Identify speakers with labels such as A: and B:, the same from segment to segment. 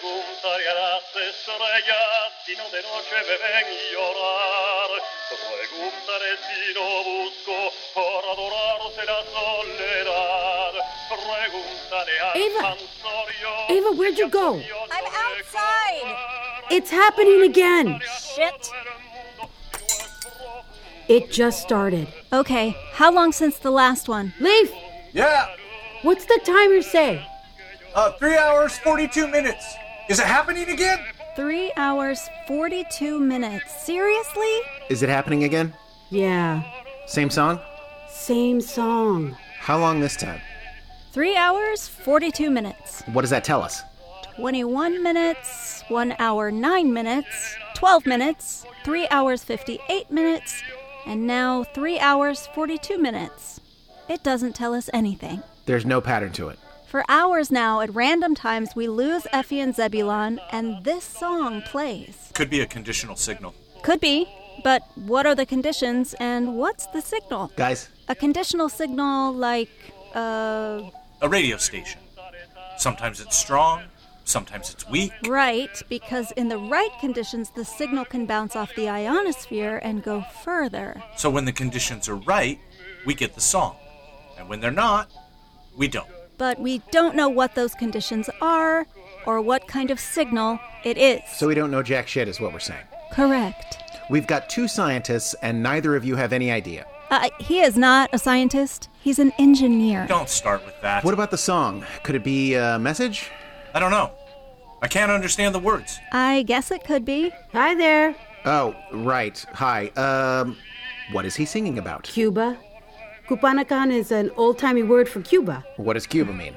A: preguntar ragazze sono ragazzi non de noche me ven llorar preguntaré si no busco por adorarse la soledad preguntaré al
B: Ava.
A: mansorio
B: Ava, where'd you go?
C: I'm outside.
B: It's happening again.
C: Shit.
B: It just started.
C: Okay, how long since the last one?
B: Leaf,
D: Yeah,
B: what's the timer say?
D: uh, three hours, 42 minutes. Is it happening again?
C: Three hours, 42 minutes. Seriously?
E: Is it happening again?
B: Yeah,
E: Same song?
B: same song.
E: How long this time?
C: Three hours, 42 minutes.
E: What does that tell us?
C: 21 minutes, one hour, nine minutes, 12 minutes, three hours, 58 minutes, and now three hours, 42 minutes. It doesn't tell us anything.
E: There's no pattern to it.
C: For hours now, at random times, we lose Effie and Zebulon, and this song plays.
D: Could be a conditional signal.
C: Could be, but what are the conditions and what's the signal?
E: Guys,
C: A conditional signal like, uh,
D: A radio station. Sometimes it's strong, sometimes it's weak.
C: right, because in the right conditions, the signal can bounce off the ionosphere and go further.
D: So when the conditions are right, we get the song. And when they're not, we don't.
C: But we don't know what those conditions are or what kind of signal it is.
E: so we don't know jack shit, is what we're saying.
C: Correct.
E: We've got two scientists, and neither of you have any idea.
C: Uh, he is not a scientist, he's an engineer.
F: Don't start with that.
E: What about the song? Could it be a message?
F: I don't know. I can't understand the words.
C: I guess it could be.
B: Hi there,
E: Oh, right. Hi. Um, what is he singing about?
B: Cuba. Cupanacan is an old timey word for Cuba.
E: What does Cuba mean?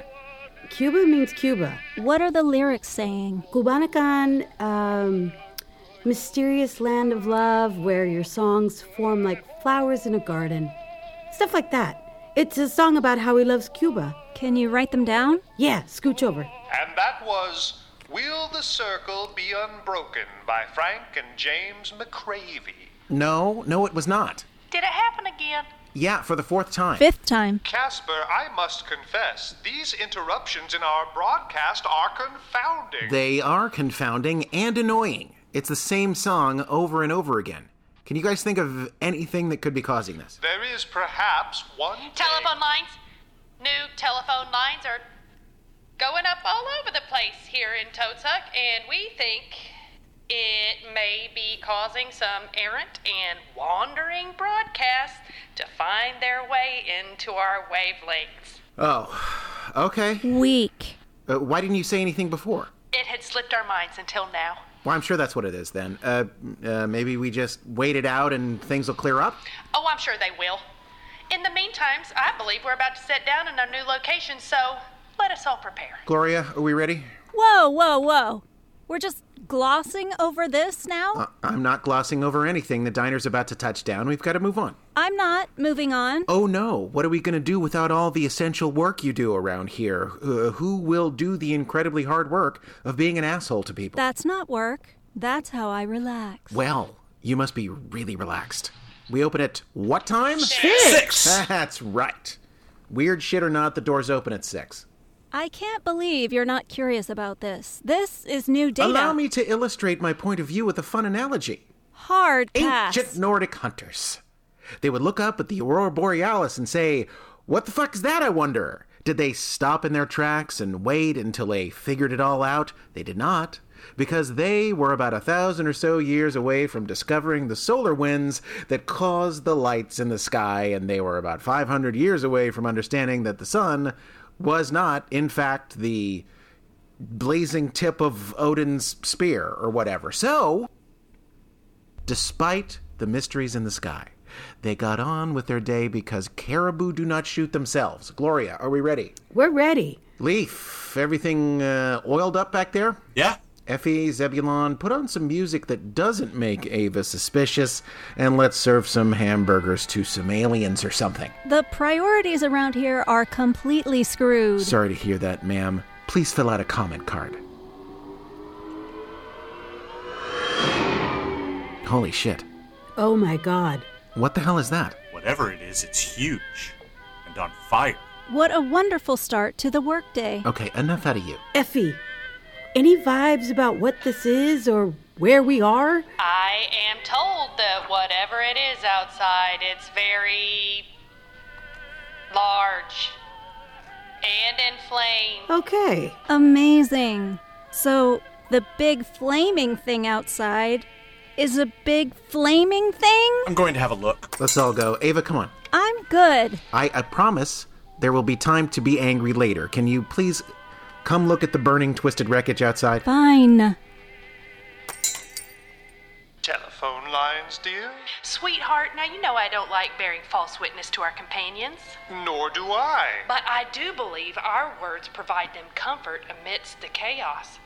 B: Cuba means Cuba.
C: What are the lyrics saying?
B: Cubanacan, um, mysterious land of love where your songs form like flowers in a garden. Stuff like that. It's a song about how he loves Cuba.
C: Can you write them down?
B: Yeah, scooch over.
G: And that was Will the Circle Be Unbroken by Frank and James McCravey.
E: No, no, it was not.
H: Did it happen again?
E: Yeah, for the fourth time.
C: Fifth time.
G: Casper, I must confess, these interruptions in our broadcast are confounding.
E: They are confounding and annoying. It's the same song over and over again. Can you guys think of anything that could be causing this?
G: there is perhaps one.
H: Telephone lines. New telephone lines are going up all over the place here in Toadsuck, and we think it may be causing some errant and wandering broadcasts to find their way into our wavelengths.
E: Oh, okay.
C: Weak.
E: Uh, why didn't you say anything before?
H: It had slipped our minds until now.
E: Well, I'm sure that's what it is then. Uh, uh, maybe we just wait it out and things will clear up?
H: Oh, I'm sure they will. In the meantime, I believe we're about to set down in our new location, so let us all prepare.
E: Gloria, are we ready?
C: Whoa, whoa, whoa. We're just glossing over this now?
E: Uh, I'm not glossing over anything. The diner's about to touch down. We've got to move on.
C: I'm not. Moving on.
E: Oh no, what are we going to do without all the essential work you do around here? Uh, who will do the incredibly hard work of being an asshole to people?
C: That's not work. That's how I relax.
E: well, you must be really relaxed. We open at what time?
F: Six!
E: That's right. Weird shit or not, the doors open at 6.
C: I can't believe you're not curious about this. This is new data.
E: Allow me to illustrate my point of view with a fun analogy.
C: Hard pass.
E: Ancient Nordic hunters. They would look up at the aurora borealis and say, "What the fuck is that? I wonder." Did they stop in their tracks and wait until they figured it all out? They did not, because they were about a thousand or so years away from discovering the solar winds that caused the lights in the sky, and they were about 500 years away from understanding that the sun was not, in fact, the blazing tip of Odin's spear or whatever. So, despite the mysteries in the sky. They got on with their day because caribou do not shoot themselves. Gloria, are we ready?
B: We're ready.
E: Leaf, everything uh, oiled up back there?
F: Yeah?
E: Effie, Zebulon, put on some music that doesn't make Ava suspicious, and let's serve some hamburgers to some aliens or something.
C: The priorities around here are completely screwed.
E: Sorry to hear that, ma'am. Please fill out a comment card. Holy shit.
B: Oh my god.
E: What the hell is that?
F: Whatever it is, it's huge and on fire.
C: What a wonderful start to the workday.
E: Okay, enough out of you.
B: Effie, any vibes about what this is or where we are?
H: I am told that whatever it is outside, it's very large and in flames.
B: Okay.
C: Amazing. So, the big flaming thing outside is a big flaming thing?
F: I'm going to have a look.
E: Let's all go. Ava, come on.
C: I'm good.
E: I, I promise there will be time to be angry later. Can you please come look at the burning, twisted wreckage outside?
C: Fine.
G: Telephone lines, dear?
H: Sweetheart, now you know I don't like bearing false witness to our companions,
G: Nor do I.
H: but I do believe our words provide them comfort amidst the chaos.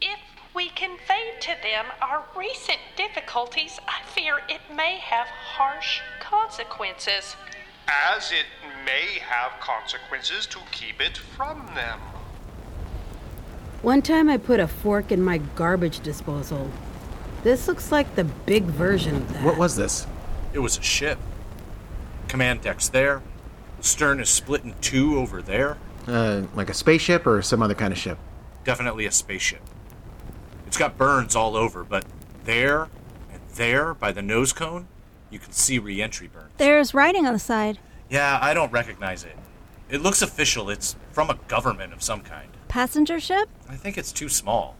H: If we convey to them our recent difficulties, I fear it may have harsh consequences.
G: As it may have consequences to keep it from them.
B: One time I put a fork in my garbage disposal. This looks like the big version of that.
E: What was this?
F: It was a ship. Command deck's there. The stern is split in two over there.
E: Uh, like a spaceship or some other kind of ship?
F: Definitely a spaceship. It's got burns all over, but there and there by the nose cone, you can see re entry burns.
C: There's writing on the side.
F: Yeah, I don't recognize it. It looks official. It's from a government of some kind.
C: Passenger ship?
F: I think it's too small.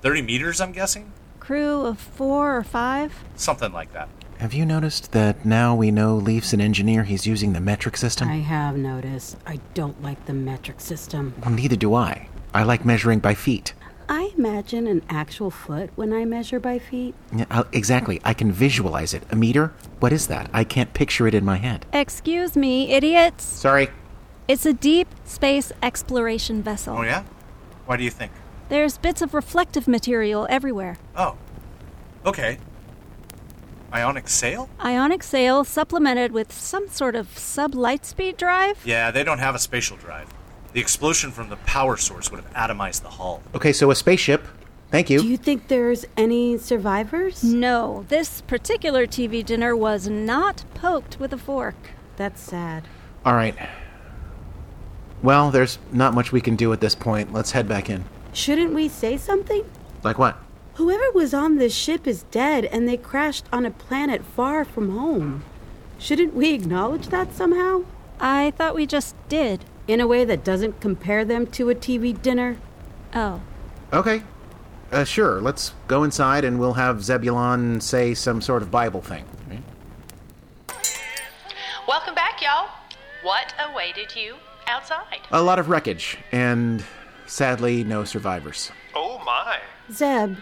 F: 30 meters, I'm guessing?
C: Crew of four or five?
F: Something like that.
E: Have you noticed that now we know Leaf's an engineer, he's using the metric system?
B: I have noticed. I don't like the metric system.
E: Well, neither do I. I like measuring by feet.
B: I imagine an actual foot when I measure by feet.
E: Yeah, I- exactly. I can visualize it. A meter? What is that? I can't picture it in my head.
C: Excuse me, idiots.
E: Sorry.
C: It's a deep space exploration vessel.
F: Oh, yeah? Why do you think?
C: There's bits of reflective material everywhere.
F: Oh. Okay. Ionic sail?
C: Ionic sail supplemented with some sort of sub lightspeed drive?
F: Yeah, they don't have a spatial drive. The explosion from the power source would have atomized the hull.
E: Okay, so a spaceship. Thank
B: Do you think there's any survivors?
C: No, this particular TV dinner was not poked with a fork.
B: That's sad.
E: All right. Well, there's not much we can do at this point. Let's head back in.
B: Shouldn't we say something?
E: Like what?
B: Whoever was on this ship is dead and they crashed on a planet far from home. Shouldn't we acknowledge that somehow?
C: I thought we just did.
B: In a way that doesn't compare them to a TV dinner?
C: Oh,
E: Okay. Uh, sure. Let's go inside and we'll have Zebulon say some sort of Bible thing.
H: Welcome back, y'all. What awaited you outside?
E: A lot of wreckage, and sadly, no survivors.
G: Oh my.
B: Zeb,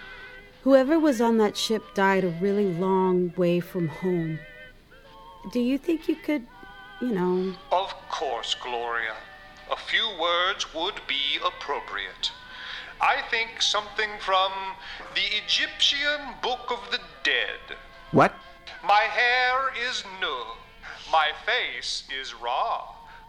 B: whoever was on that ship died a really long way from home. Do you think you could, you know,
G: Of course, Gloria. A few words would be appropriate. I think something from the Egyptian Book of the Dead.
E: What?
G: My hair is nu. My face is Ra.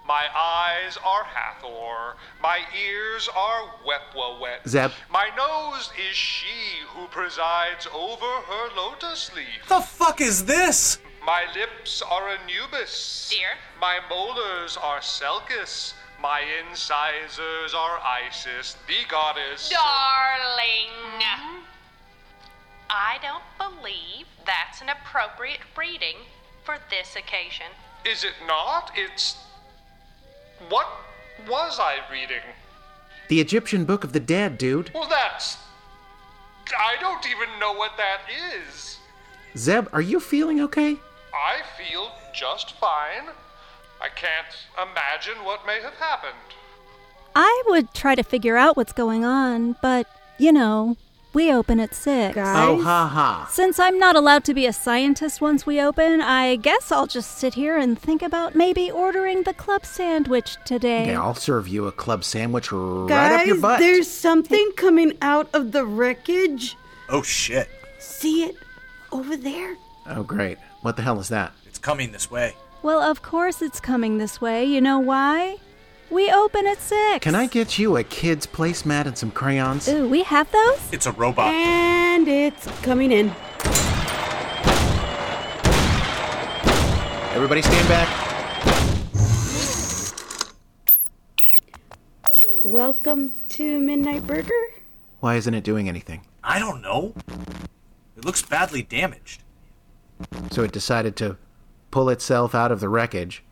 G: My eyes are Hathor. My ears are Wepwawet.
E: Zeb.
G: My nose is she who presides over her lotus leaf.
F: The fuck is this?
G: My lips are Anubis.
H: Dear.
G: My molars are Selkis. My incisors are Isis, the goddess.
H: Darling! Mm-hmm. I don't believe that's an appropriate reading for this occasion.
G: Is it not? It's. What was I reading?
E: The Egyptian Book of the Dead, dude.
G: Well, that's. I don't even know what that is.
E: Zeb, are you feeling okay?
G: I feel just fine. I can't imagine what may have happened.
C: I would try to figure out what's going on, but, you know, We open at 6.
B: Guys,
E: Oh, ha ha.
C: Since I'm not allowed to be a scientist once we open, I guess I'll just sit here and think about maybe ordering the club sandwich today.
E: Okay, I'll serve you a club sandwich right up
B: guys,
E: your butt.
B: there's something coming out of the wreckage.
F: Oh shit.
B: See it over there?
E: Oh, great. What the hell is that?
F: It's coming this way.
C: Well, of course it's coming this way. You know why? We open at 6.
E: Can I get you a kid's placemat and some crayons?
C: Ooh, we have those?
F: It's a robot.
B: And it's coming in.
E: Everybody stand back.
B: Welcome to Midnight Burger.
E: Why isn't it doing anything?
F: I don't know. It looks badly damaged.
E: So it decided to pull itself out of the wreckage,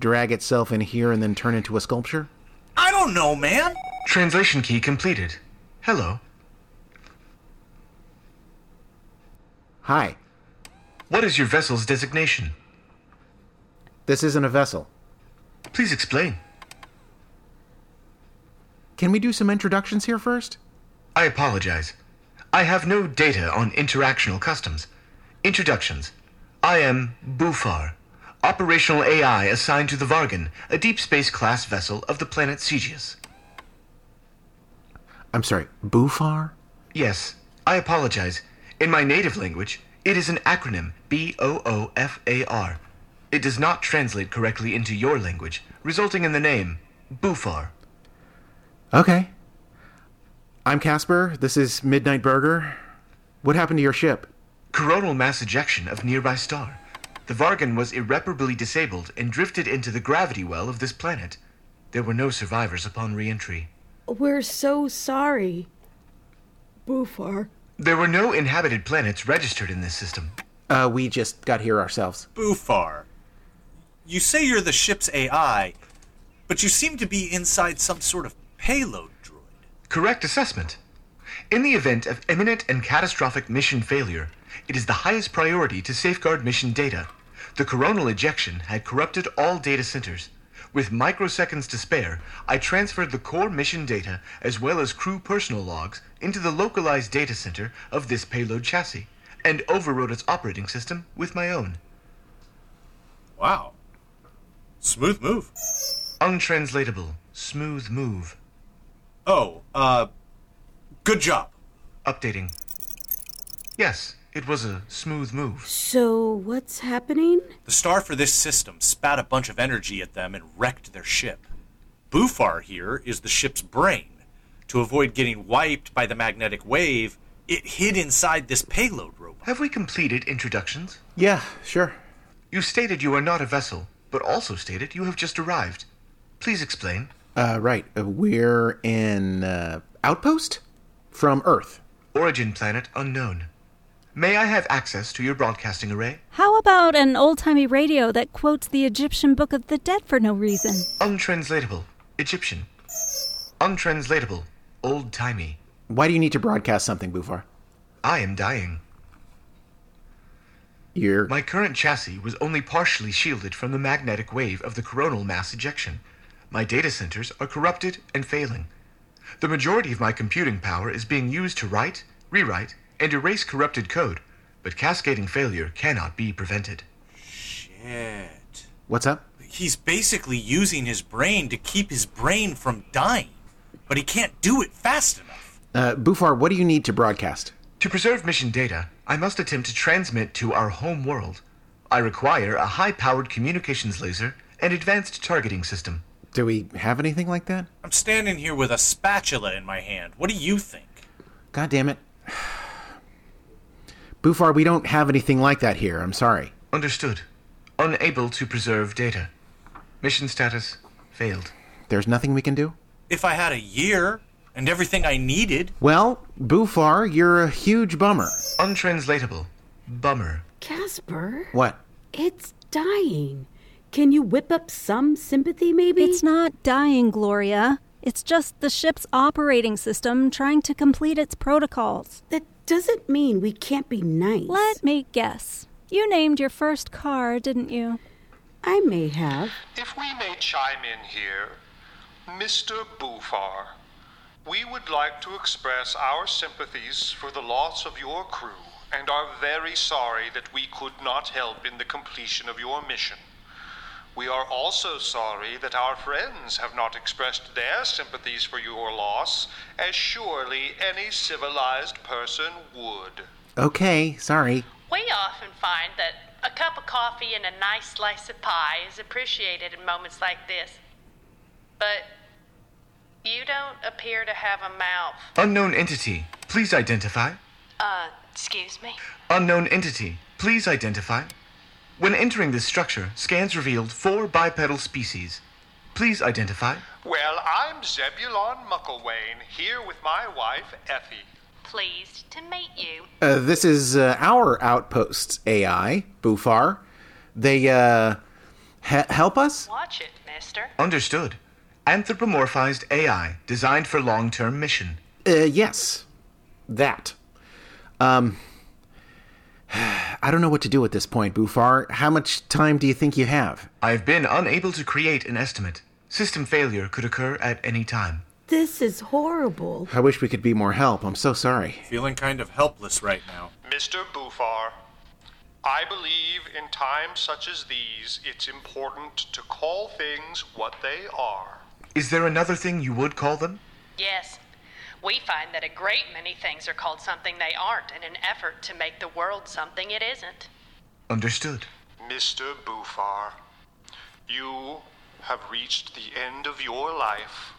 E: drag itself in here, and then turn into a sculpture?
F: I don't know, man.
I: Translation key completed. Hello.
E: Hi,
I: What is your vessel's designation?
E: this isn't a vessel.
I: Please explain.
E: Can we do some introductions here first?
I: I apologize. I have no data on interactional customs. Introductions. I am Bufar, operational AI assigned to the Vargan, a deep space class vessel of the planet Cegeus.
E: I'm sorry, Bufar?
I: Yes, I apologize. In my native language, it is an acronym B O O F A R. It does not translate correctly into your language, resulting in the name Bufar.
E: Okay. I'm Casper. This is Midnight Burger. What happened to your ship?
I: Coronal mass ejection of nearby star. The Vargan was irreparably disabled and drifted into the gravity well of this planet. There were no survivors upon re entry.
B: We're so sorry. Bufar.
I: There were no inhabited planets registered in this system.
E: Uh, we just got here ourselves.
F: Bufar. You say you're the ship's AI, but you seem to be inside some sort of payload droid.
I: Correct assessment. In the event of imminent and catastrophic mission failure, it is the highest priority to safeguard mission data. The coronal ejection had corrupted all data centers. With microseconds to spare, I transferred the core mission data as well as crew personal logs into the localized data center of this payload chassis and overrode its operating system with my own.
F: Wow. Smooth move.
I: Untranslatable, smooth move.
F: Oh, uh, good job.
I: Updating. Yes, it was a smooth move.
B: So, what's happening?
F: The star for this system spat a bunch of energy at them and wrecked their ship. Bufar here is the ship's brain. To avoid getting wiped by the magnetic wave, it hid inside this payload robot.
I: Have we completed introductions?
E: Yeah, sure.
I: You stated you are not a vessel, but also stated you have just arrived. Please explain.
E: Uh, right. Uh, we're in uh, Outpost from Earth.
I: Origin planet unknown. May I have access to your broadcasting array?
C: How about an old timey radio that quotes the Egyptian Book of the Dead for no reason?
I: Untranslatable. Egyptian. Untranslatable. Old timey.
E: Why do you need to broadcast something, Bufar?
I: I am dying.
E: You're
I: My current chassis was only partially shielded from the magnetic wave of the coronal mass ejection. My data centers are corrupted and failing. The majority of my computing power is being used to write, rewrite, and erase corrupted code, but cascading failure cannot be prevented.
F: Shit.
E: what's up?
F: He's basically using his brain to keep his brain from dying, but he can't do it fast enough.
E: Uh, Bufar, what do you need to broadcast?
I: To preserve mission data, I must attempt to transmit to our home world. I require a high powered communications laser and advanced targeting system.
E: Do we have anything like that?
F: I'm standing here with a spatula in my hand. What do you think?
E: God damn it. Bufar, we don't have anything like that here. I'm sorry.
I: Understood. Unable to preserve data. Mission status failed.
E: There's nothing we can do?
F: If I had a year and everything I needed,
E: Well, Bufar, you're a huge bummer.
I: Untranslatable. Bummer.
B: Casper,
E: What?
B: it's dying. Can you whip up some sympathy, maybe?
C: It's not dying, Gloria. It's just the ship's operating system trying to complete its protocols.
B: That doesn't mean we can't be nice.
C: Let me guess. You named your first car, didn't you?
B: I may have.
G: If we may chime in here, Mr. Bufar, We would like to express our sympathies for the loss of your crew and are very sorry that we could not help in the completion of your mission. We are also sorry that our friends have not expressed their sympathies for your loss, as surely any civilized person would.
E: Okay, sorry.
H: We often find that a cup of coffee and a nice slice of pie is appreciated in moments like this. But you don't appear to have a mouth.
I: Unknown entity, please identify.
H: Uh, excuse me?
I: Unknown entity, please identify. When entering this structure, scans revealed four bipedal species. Please identify.
G: Well, I'm Zebulon Mucklewain, here with my wife, Effie.
H: Pleased to meet you.
E: Uh, this is uh, our outposts AI, Bufar. They uh, he- help us?
H: Watch it, mister.
I: Understood. Anthropomorphized AI designed for long term mission.
E: Uh, yes, that. Um, I don't know what to do at this point, Bufar. How much time do you think you have?
I: I have been unable to create an estimate. System failure could occur at any time.
B: This is horrible.
E: I wish we could be more help. I'm so sorry.
F: Feeling kind of helpless right now.
G: Mr. Bufar, I believe in times such as these, it's important to call things what they are.
I: Is there another thing you would call them?
H: Yes. We find that a great many things are called something they aren't in an effort to make the world something it isn't.
I: Understood.
G: Mr. Bufar, you have reached the end of your life.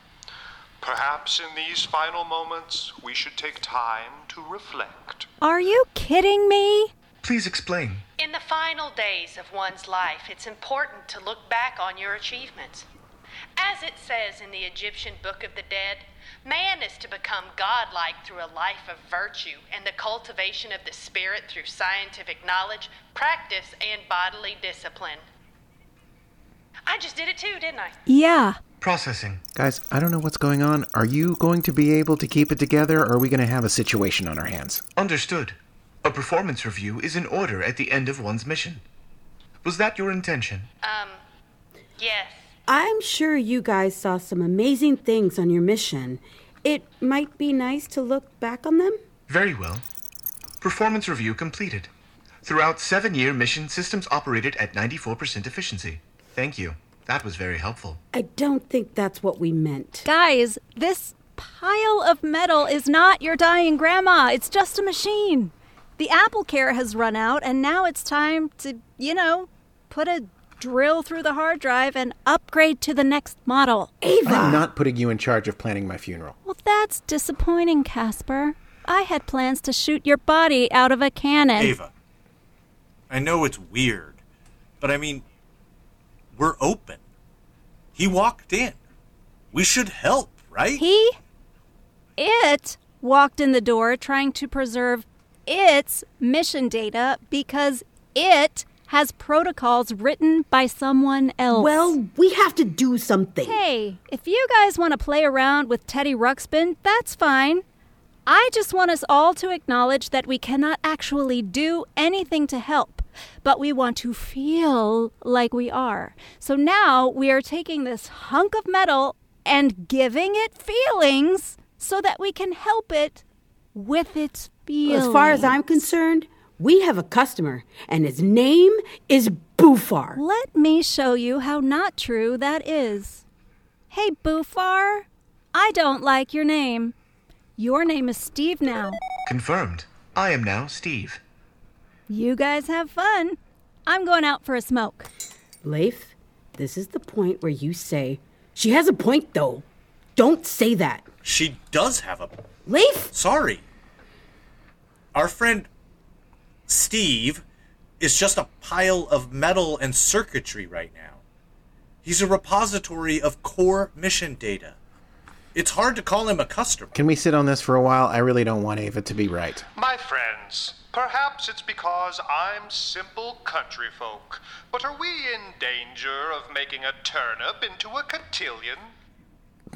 G: Perhaps in these final moments, we should take time to reflect.
C: Are you kidding me?
I: Please explain.
H: In the final days of one's life, it's important to look back on your achievements. As it says in the Egyptian Book of the Dead, man is to become godlike through a life of virtue and the cultivation of the spirit through scientific knowledge, practice, and bodily discipline. I just did it too, didn't I?
C: Yeah.
I: Processing.
E: Guys, I don't know what's going on. Are you going to be able to keep it together, or are we going to have a situation on our hands?
I: Understood. A performance review is in order at the end of one's mission. Was that your intention?
H: Um, yes.
B: I'm sure you guys saw some amazing things on your mission. It might be nice to look back on them.
I: Very well. Performance review completed. Throughout seven year mission, systems operated at 94% efficiency. Thank you. That was very helpful.
B: I don't think that's what we meant.
C: Guys, this pile of metal is not your dying grandma. It's just a machine. The apple care has run out, and now it's time to, you know, put a drill through the hard drive and upgrade to the next model.
E: I'm not putting you in charge of planning my funeral.
C: Well, that's disappointing, Casper. I had plans to shoot your body out of a cannon.
F: Ava, I know it's weird, but I mean, we're open. He walked in. We should help, right?
C: He, it, walked in the door trying to preserve its mission data because it has protocols written by someone else.
B: Well, we have to do something.
C: hey, if you guys want to play around with Teddy Ruxpin, that's fine. I just want us all to acknowledge that we cannot actually do anything to help, but we want to feel like we are. So now we are taking this hunk of metal and giving it feelings so that we can help it with its feelings.
B: As far as I'm concerned, we have a customer, and his name is Bufar.
C: Let me show you how not true that is. Hey, Bufar, I don't like your name. Your name is Steve now.
I: Confirmed. I am now Steve.
C: You guys have fun. I'm going out for a smoke.
B: Leif, this is the point where you say, She has a point, though. Don't say that.
F: She does have a.
B: Leif!
F: Sorry. Our friend Steve is just a pile of metal and circuitry right now. He's a repository of core mission data. It's hard to call him a customer.
E: Can we sit on this for a while? I really don't want Ava to be right.
G: My friends, perhaps it's because I'm simple country folk, but are we in danger of making a turnip into a cotillion?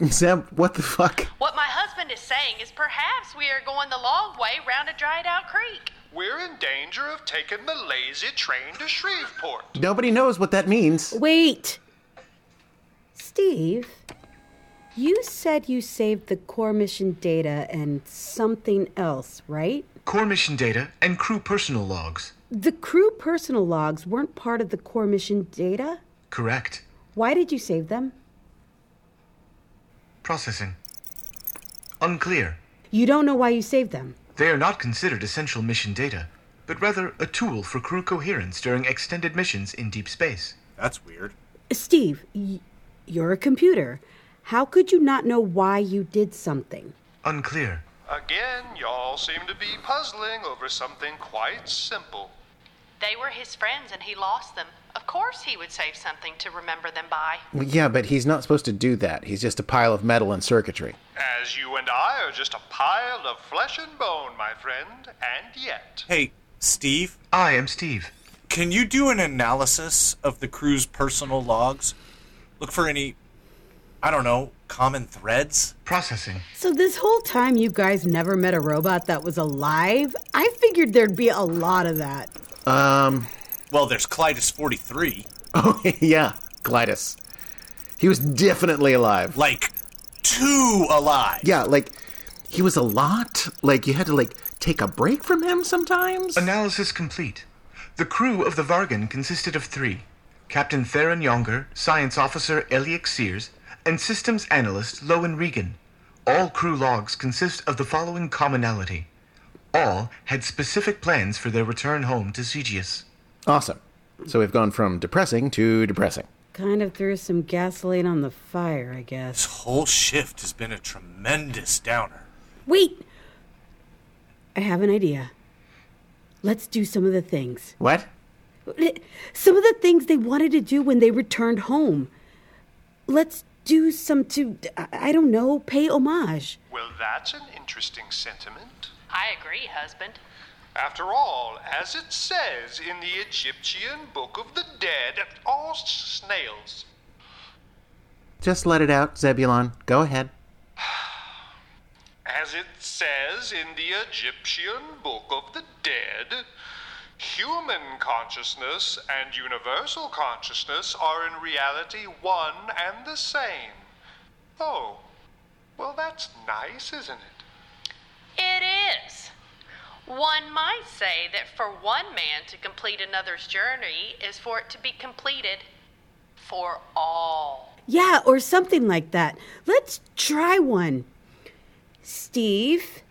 E: Zeb, what the fuck?
H: What my husband is saying is perhaps we are going the long way round a dried out creek.
G: We're in danger of taking the lazy train to Shreveport.
E: Nobody knows what that means.
B: Wait! Steve, You said you saved the core mission data and something else, right?
I: Core mission data and crew personal logs.
B: The crew personal logs weren't part of the core mission data?
I: Correct.
B: Why did you save them?
I: Processing. Unclear.
B: You don't know why you saved them.
I: They are not considered essential mission data, but rather a tool for crew coherence during extended missions in deep space.
F: That's weird.
B: Steve, y- you're a computer. How could you not know why you did something?
I: Unclear.
G: Again, y'all seem to be puzzling over something quite simple.
H: They were his friends and he lost them. Of course he would save something to remember them by.
E: Well, yeah, but he's not supposed to do that. He's just a pile of metal and circuitry.
G: As you and I are just a pile of flesh and bone, my friend, and yet.
F: Hey, Steve,
I: I am Steve.
F: can you do an analysis of the crew's personal logs? Look for any, I don't know, common threads?
I: Processing.
B: So, this whole time you guys never met a robot that was alive? I figured there'd be a lot of that.
E: Um,
F: Well, there's Clytus 43.
E: oh, yeah, Glidus. He was definitely alive.
F: Like, two alive.
E: Yeah, like, he was a lot. Like, you had to, like, take a break from him sometimes.
I: Analysis complete. The crew of the Vargan consisted of three Captain Theron Younger, Science Officer Eliak Sears, and Systems Analyst Lowen Regan. All crew logs consist of the following commonality. All had specific plans for their return home to Cegeus.
E: Awesome. So we've gone from depressing to depressing.
B: Kind of threw some gasoline on the fire, I guess.
F: This whole shift has been a tremendous downer.
B: Wait! I have an idea. Let's do some of the things.
E: What?
B: Some of the things they wanted to do when they returned home. Let's do some to, I I don't know, pay homage.
G: Well, that's an interesting sentiment.
H: I agree, husband.
G: After all, as it says in the Egyptian Book of the Dead, all snails.
E: Just let it out, Zebulon. Go ahead.
G: As it says in the Egyptian Book of the Dead, human consciousness and universal consciousness are in reality one and the same. Oh, well, that's nice, isn't it?
H: It is. One might say that for one man to complete another's journey is for it to be completed for all.
B: Yeah, or something like that. Let's try one. Steve,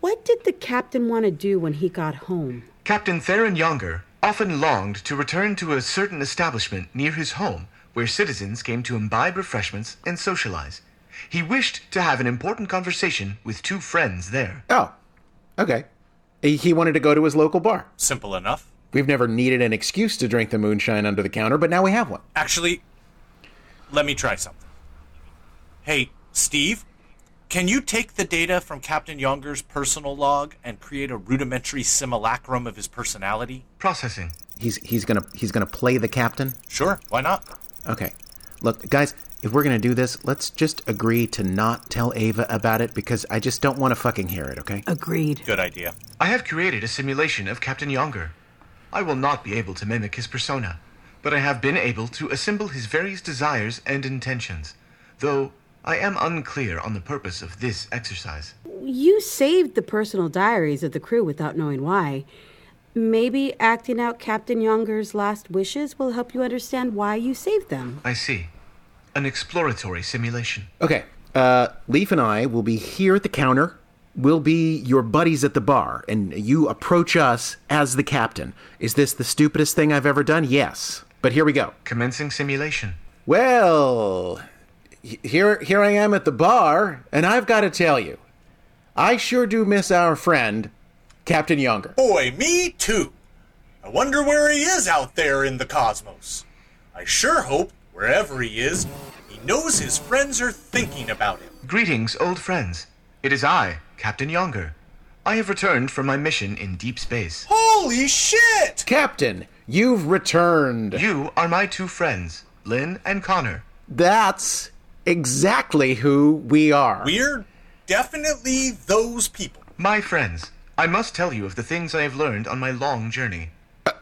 B: what did the captain want to do when he got home?
I: Captain Theron Younger often longed to return to a certain establishment near his home where citizens came to imbibe refreshments and socialize. He wished to have an important conversation with two friends there.
E: Oh, okay. He he wanted to go to his local bar.
F: Simple enough.
E: We've never needed an excuse to drink the moonshine under the counter, but now we have one.
F: Actually, let me try something. Hey, Steve, can you take the data from Captain Younger's personal log and create a rudimentary simulacrum of his personality?
I: Processing.
E: He's he's gonna he's gonna play the captain.
F: Sure, why not?
E: Okay. Look, guys, if we're gonna do this, let's just agree to not tell Ava about it because I just don't want to fucking hear it. Okay?
B: Agreed.
F: Good idea.
I: I have created a simulation of Captain Younger. I will not be able to mimic his persona, but I have been able to assemble his various desires and intentions, though I am unclear on the purpose of this exercise.
B: You saved the personal diaries of the crew without knowing why. Maybe acting out Captain Younger's last wishes will help you understand why you saved them.
I: I see. An exploratory simulation.
E: Okay. Uh, Leaf and I will be here at the counter. We'll be your buddies at the bar, and you approach us as the captain. Is this the stupidest thing I've ever done? Yes. But here we go.
I: Commencing simulation.
E: Well, he- here here I am at the bar, and I've got to tell you, I sure do miss our friend, Captain Younger.
F: Boy, me too. I wonder where he is out there in the cosmos. I sure hope, wherever he is, he knows his friends are thinking about him.
I: Greetings, old friends. It is I, Captain Younger. I have returned from my mission in deep space.
F: Holy shit!
E: Captain, you've returned.
I: You are my two friends, Lynn and Connor.
E: That's exactly who we are.
F: We're definitely those people.
I: My friends, I must tell you of the things I have learned on my long journey.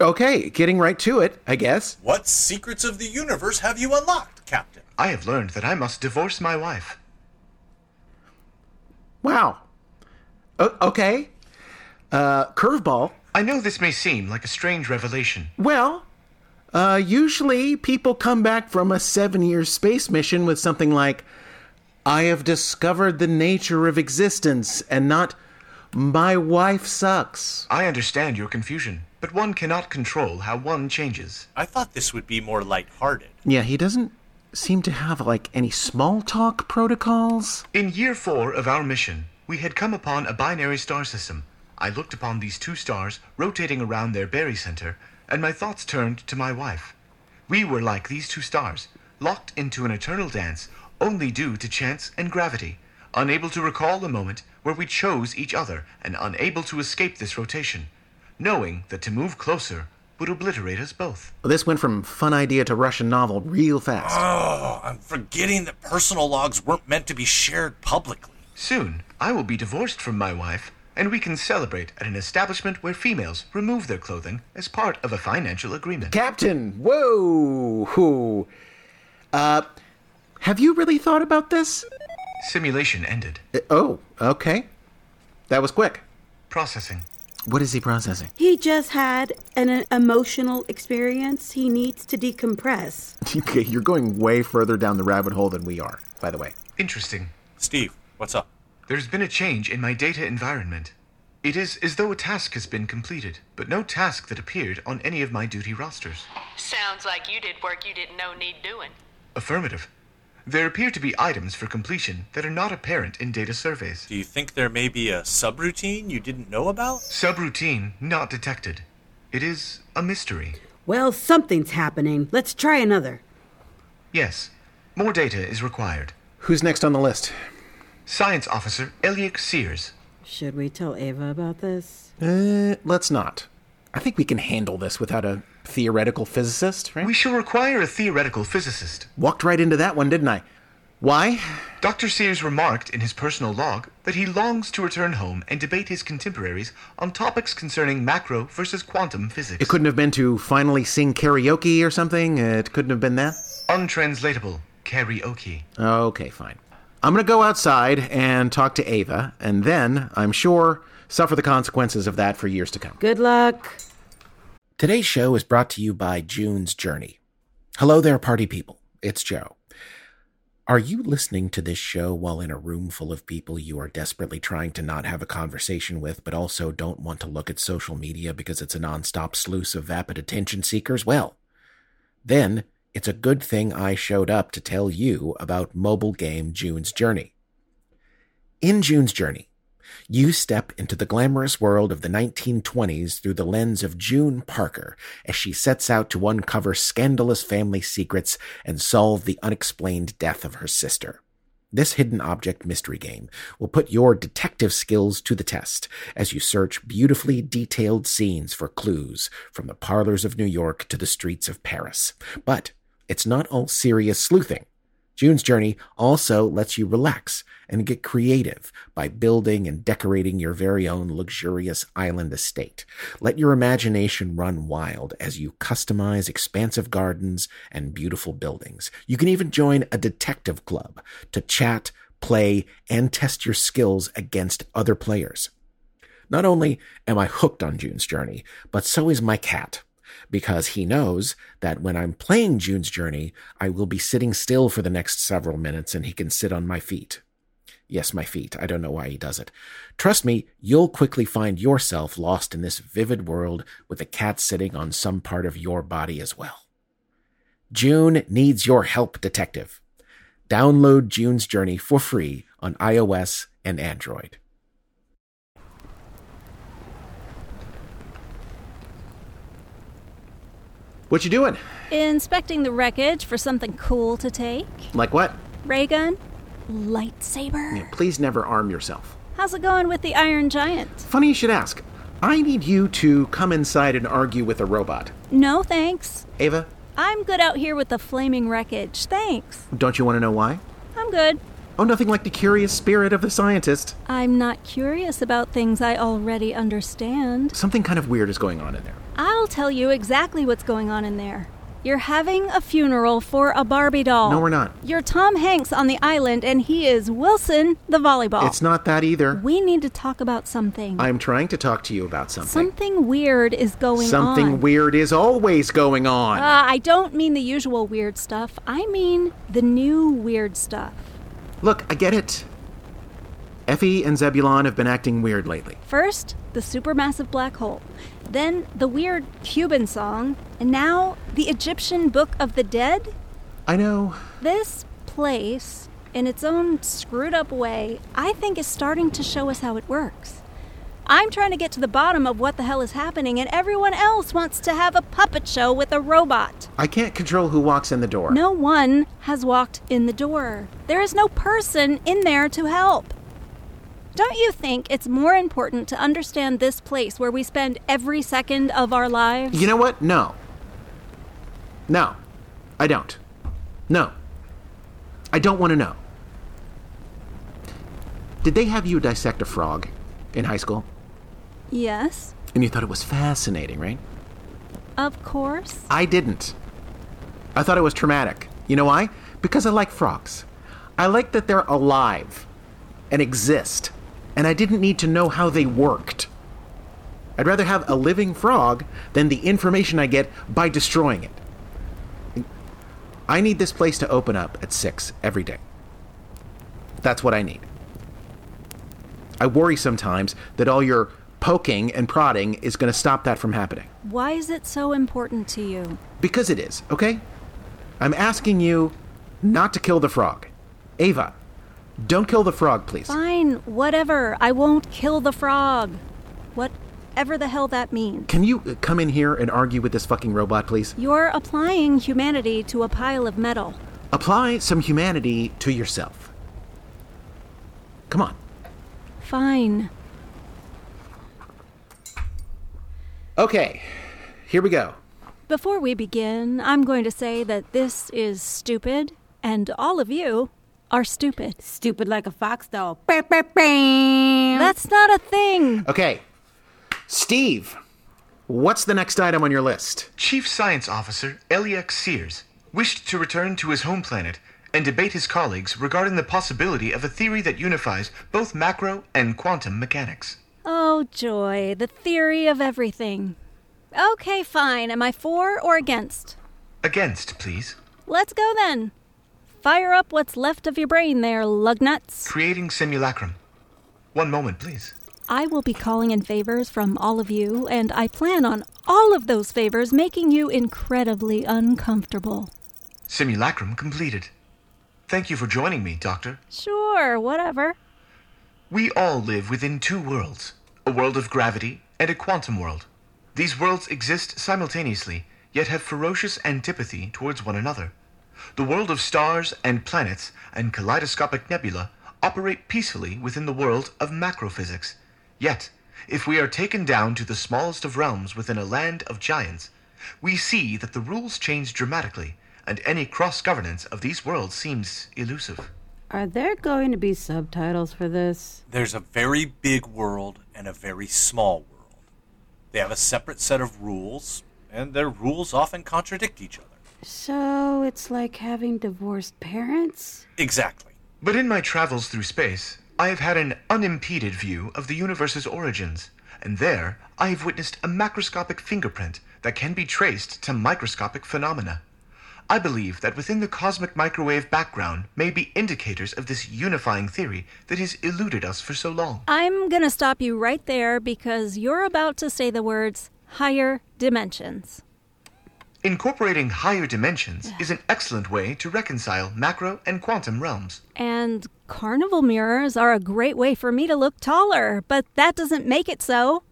E: okay, Uh, getting right to it, I guess.
F: What secrets of the universe have you unlocked, Captain?
I: I have learned that I must divorce my wife.
J: Wow. O- okay. Uh, curveball.
I: I know this may seem like a strange revelation.
J: Well, uh, usually people come back from a seven year space mission with something like, I have discovered the nature of existence, and not, my wife sucks.
I: I understand your confusion, but one cannot control how one changes.
F: I thought this would be more lighthearted.
J: Yeah, he doesn't seem to have, like, any small talk protocols.
I: In year four of our mission, we had come upon a binary star system. I looked upon these two stars rotating around their barycenter, and my thoughts turned to my wife. We were like these two stars, locked into an eternal dance only due to chance and gravity, unable to recall a moment where we chose each other and unable to escape this rotation, knowing that to move closer would obliterate us both.
J: This went from fun idea to Russian novel real fast.
F: Oh, I'm forgetting that personal logs weren't meant to be shared publicly.
I: Soon, I will be divorced from my wife, and we can celebrate at an establishment where females remove their clothing as part of a financial agreement.
J: Captain, whoa! Who? Uh, have you really thought about this?
I: Simulation ended.
J: Uh, oh, okay. That was quick.
I: Processing.
J: What is he processing?
B: He just had an uh, emotional experience he needs to decompress.
J: Okay, You're going way further down the rabbit hole than we are, by the way.
I: Interesting.
F: Steve, what's up?
I: There's been a change in my data environment. It is as though a task has been completed, but no task that appeared on any of my duty rosters.
H: Sounds like you did work you didn't know need doing.
I: Affirmative. There appear to be items for completion that are not apparent in data surveys.
F: Do you think there may be a subroutine you didn't know about?
I: Subroutine not detected. It is a mystery.
B: Well, something's happening. Let's try another.
I: Yes, more data is required.
J: Who's next on the list?
I: Science Officer Eliak Sears.
B: Should we tell Ava about this?
J: Uh, let's not. I think we can handle this without a theoretical physicist, right?
I: We shall require a theoretical physicist.
J: Walked right into that one, didn't I? Why?
I: Dr. Sears remarked in his personal log that he longs to return home and debate his contemporaries on topics concerning macro versus quantum physics.
J: It couldn't have been to finally sing karaoke or something. It couldn't have been that.
I: Untranslatable karaoke.
J: Okay, fine. I'm going to go outside and talk to Ava, and then, I'm sure, suffer the consequences of that for years to come.
B: Good luck.
E: Today's show is brought to you by June's Journey. Hello there, party people. It's Joe. Are you listening to this show while in a room full of people you are desperately trying to not have a conversation with, but also don't want to look at social media because it's a nonstop sluice of vapid attention seekers? Well, then it's a good thing I showed up to tell you about mobile game June's Journey. In June's Journey, you step into the glamorous world of the 1920s through the lens of June Parker as she sets out to uncover scandalous family secrets and solve the unexplained death of her sister. This hidden object mystery game will put your detective skills to the test as you search beautifully detailed scenes for clues from the parlors of New York to the streets of Paris. But it's not all serious sleuthing. June's Journey also lets you relax and get creative by building and decorating your very own luxurious island estate. Let your imagination run wild as you customize expansive gardens and beautiful buildings. You can even join a detective club to chat, play, and test your skills against other players. Not only am I hooked on June's Journey, but so is my cat because he knows that when I'm playing June's Journey, I will be sitting still for the next several minutes and he can sit on my feet. Yes, my feet. I don't know why he does it. Trust me, you'll quickly find yourself lost in this vivid world with a cat sitting on some part of your body as well. June needs your help, detective. Download June's Journey for free on iOS and Android.
J: What you doing?
C: Inspecting the wreckage for something cool to take.
J: Like what?
C: Ray gun, lightsaber.
J: Yeah, please never arm yourself.
C: How's it going with the Iron Giant?
J: Funny you should ask. I need you to come inside and argue with a robot.
C: No, thanks.
J: Ava,
C: I'm good out here with the flaming wreckage. Thanks.
J: don't you want to know why?
C: I'm good.
J: Oh, nothing like the curious spirit of the scientist.
C: I'm not curious about things I already understand.
J: Something kind of weird is going on in there.
C: I'll tell you exactly what's going on in there. You're having a funeral for a Barbie doll.
E: No, we're not.
C: You're Tom Hanks on the island, and he is Wilson the volleyball.
E: It's not that either.
C: We need to talk about something.
E: I'm trying to talk to you about something.
C: Something weird is going
E: something
C: on.
E: weird is always going on.
C: Uh, I don't mean the usual weird stuff. I mean the new weird stuff.
E: Look, I get it. Effie and Zebulon have been acting weird lately.
C: First, the supermassive black hole, then the weird Cuban song, and now the Egyptian Book of the Dead.
E: I know.
C: This place, in its own screwed up way, I think is starting to show us how it works. I'm trying to get to the bottom of what the hell is happening, and everyone else wants to have a puppet show with a robot.
E: I can't control who walks in the door.
C: No one has walked in the door. There is no person in there to help. Don't you think it's more important to understand this place where we spend every second of our lives?
E: You know what? No. No. I don't. No. I don't want to know. Did they have you dissect a frog in high school?
C: Yes,
E: And you thought it was fascinating, right?
C: of course.
E: I didn't. I thought it was traumatic. You know why? Because I like frogs. I like that they're alive and exist, and I didn't need to know how they worked. I'd rather have a living frog than the information I get by destroying it. I need this place to open up at 6 every day. That's what I need. I worry sometimes that all your poking and prodding is going to stop that from happening.
C: Why is it so important to you?
E: Because it is, okay? I'm asking you not to kill the frog. Ava, don't kill the frog, please.
C: Fine, whatever. I won't kill the frog. Whatever the hell that means.
E: Can you uh, come in here and argue with this fucking robot, please?
C: You're applying humanity to a pile of metal.
E: Apply some humanity to yourself. Come on.
C: Fine.
E: Okay, here we go.
C: Before we begin, I'm going to say that this is stupid, and all of you are stupid.
B: Stupid like a fox, though. That's
C: That's not a thing.
E: Okay, Steve, what's the next item on your list?
I: Chief Science Officer Eliak Sears wished to return to his home planet and debate his colleagues regarding the possibility of a theory that unifies both macro and quantum mechanics.
C: Oh, joy, the theory of everything. Okay, fine. Am I for or against?
I: Against, please.
C: Let's go then. Fire up what's left of your brain there, lugnuts.
I: Creating simulacrum. One moment, please.
C: I will be calling in favors from all of you, and I plan on all of those favors making you incredibly uncomfortable.
I: Simulacrum completed. Thank you for joining me, Doctor.
C: Sure, whatever.
I: We all live within two worlds a world of gravity and a quantum world. These worlds exist simultaneously, yet have ferocious antipathy towards one another. The world of stars and planets and kaleidoscopic nebula operate peacefully within the world of macrophysics. Yet, if we are taken down to the smallest of realms within a land of giants, we see that the rules change dramatically, and any cross governance of these worlds seems elusive.
B: Are there going to be subtitles for this?
F: There's a very big world and a very small world. They have a separate set of rules, and their rules often contradict each other.
B: So it's like having divorced parents?
F: Exactly.
I: But in my travels through space, I have had an unimpeded view of the universe's origins, and there I have witnessed a macroscopic fingerprint that can be traced to microscopic phenomena. I believe that within the cosmic microwave background may be indicators of this unifying theory that has eluded us for so long.
C: I'm going to stop you right there because you're about to say the words higher dimensions.
I: Incorporating higher dimensions is an excellent way to reconcile macro and quantum realms.
C: And carnival mirrors are a great way for me to look taller, but that doesn't make it so.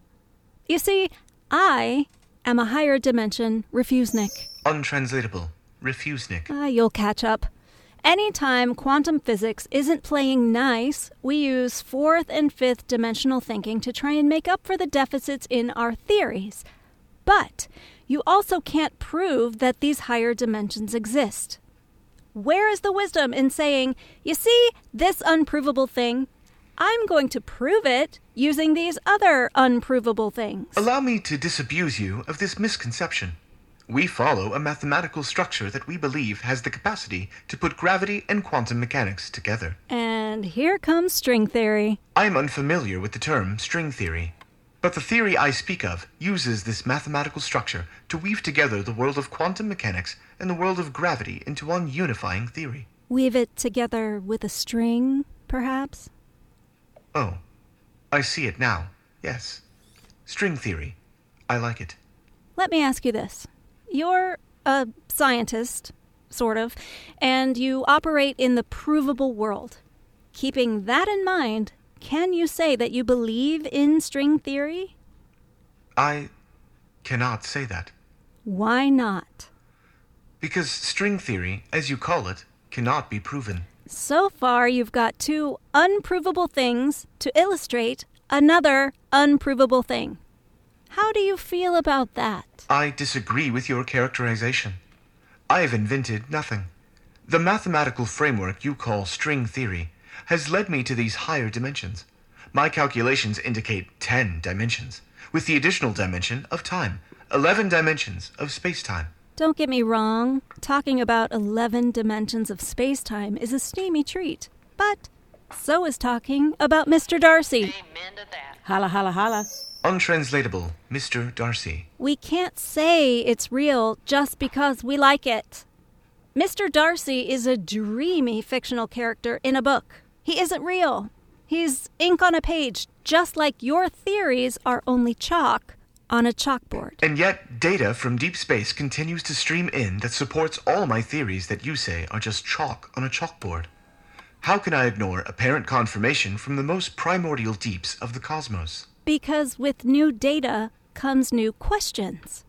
C: You see, I am a higher dimension refusenik.
I: Untranslatable. Refusenik.
C: Ah, you'll catch up. Anytime quantum physics isn't playing nice, we use fourth and fifth dimensional thinking to try and make up for the deficits in our theories. But you also can't prove that these higher dimensions exist. Where is the wisdom in saying, you see, this unprovable thing? I'm going to prove it using these other unprovable things.
I: Allow me to disabuse you of this misconception. We follow a mathematical structure that we believe has the capacity to put gravity and quantum mechanics together.
C: And here comes string theory.
I: I am unfamiliar with the term string theory, but the theory I speak of uses this mathematical structure to weave together the world of quantum mechanics and the world of gravity into one unifying theory.
C: Weave it together with a string, perhaps?
I: Oh, I see it now. Yes. String theory. I like it.
C: Let me ask you this. You're a scientist, sort of, and you operate in the provable world. Keeping that in mind, can you say that you believe in string theory?
I: I cannot say that.
C: Why not?
I: Because string theory, as you call it, cannot be proven.
C: So far, you've got two unprovable things to illustrate another unprovable thing. How do you feel about that?
I: I disagree with your characterization. I have invented nothing. The mathematical framework you call string theory has led me to these higher dimensions. My calculations indicate 10 dimensions, with the additional dimension of time, 11 dimensions of space time.
C: Don't get me wrong, talking about 11 dimensions of space time is a steamy treat, but so is talking about Mr. Darcy.
B: Holla, holla, holla.
I: Untranslatable, Mr. Darcy.
C: We can't say it's real just because we like it. Mr. Darcy is a dreamy fictional character in a book. He isn't real. He's ink on a page, just like your theories are only chalk on a chalkboard.
I: And yet, data from deep space continues to stream in that supports all my theories that you say are just chalk on a chalkboard. How can I ignore apparent confirmation from the most primordial deeps of the cosmos?
C: Because with new data comes new questions.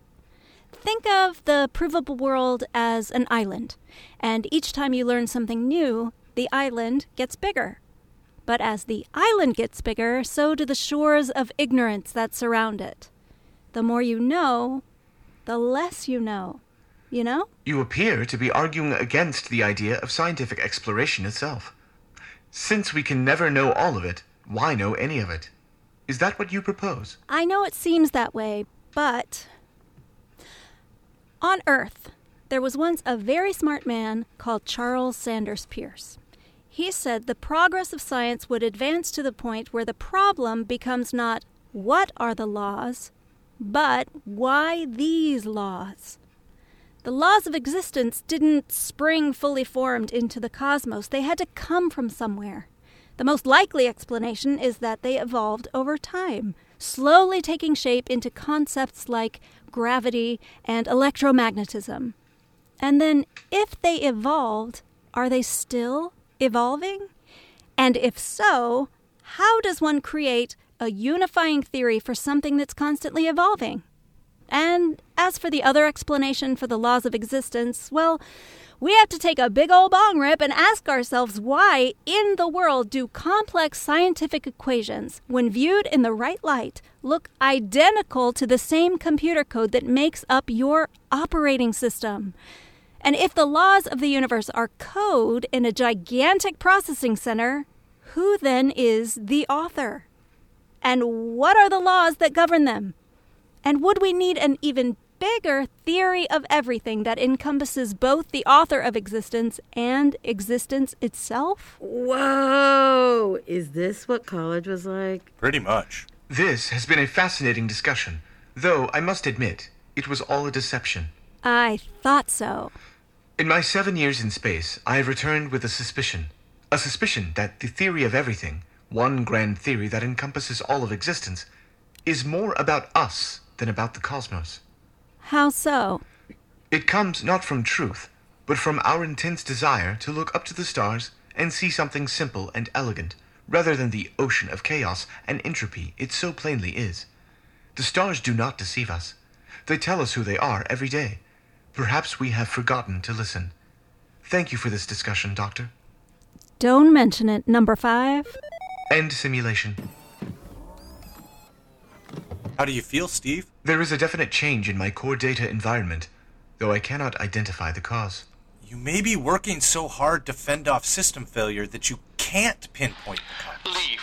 C: Think of the provable world as an island, and each time you learn something new, the island gets bigger. But as the island gets bigger, so do the shores of ignorance that surround it. The more you know, the less you know. You know?
I: You appear to be arguing against the idea of scientific exploration itself. Since we can never know all of it, why know any of it? Is that what you propose?
C: I know it seems that way, but. On Earth, there was once a very smart man called Charles Sanders Peirce. He said the progress of science would advance to the point where the problem becomes not what are the laws, but why these laws? The laws of existence didn't spring fully formed into the cosmos, they had to come from somewhere. The most likely explanation is that they evolved over time, slowly taking shape into concepts like gravity and electromagnetism. And then, if they evolved, are they still evolving? And if so, how does one create a unifying theory for something that's constantly evolving? And as for the other explanation for the laws of existence, well, we have to take a big old bong rip and ask ourselves why in the world do complex scientific equations, when viewed in the right light, look identical to the same computer code that makes up your operating system? And if the laws of the universe are code in a gigantic processing center, who then is the author? And what are the laws that govern them? And would we need an even bigger theory of everything that encompasses both the author of existence and existence itself?
B: Whoa! Oh, Is this what college was like?
F: Pretty much.
I: This has been a fascinating discussion, though I must admit, it was all a deception.
C: I thought so.
I: In my seven years in space, I have returned with a suspicion. A suspicion that the theory of everything, one grand theory that encompasses all of existence, is more about us than about the cosmos.
C: How so?
I: It comes not from truth, but from our intense desire to look up to the stars and see something simple and elegant, rather than the ocean of chaos and entropy it so plainly is. The stars do not deceive us. They tell us who they are every day. Perhaps we have forgotten to listen. Thank you for this discussion, Doctor.
C: Don't mention it, number five.
I: End simulation.
F: How do you feel, Steve?
I: There is a definite change in my core data environment, though I cannot identify the cause.
F: You may be working so hard to fend off system failure that you can't pinpoint the cause.
G: Leaf,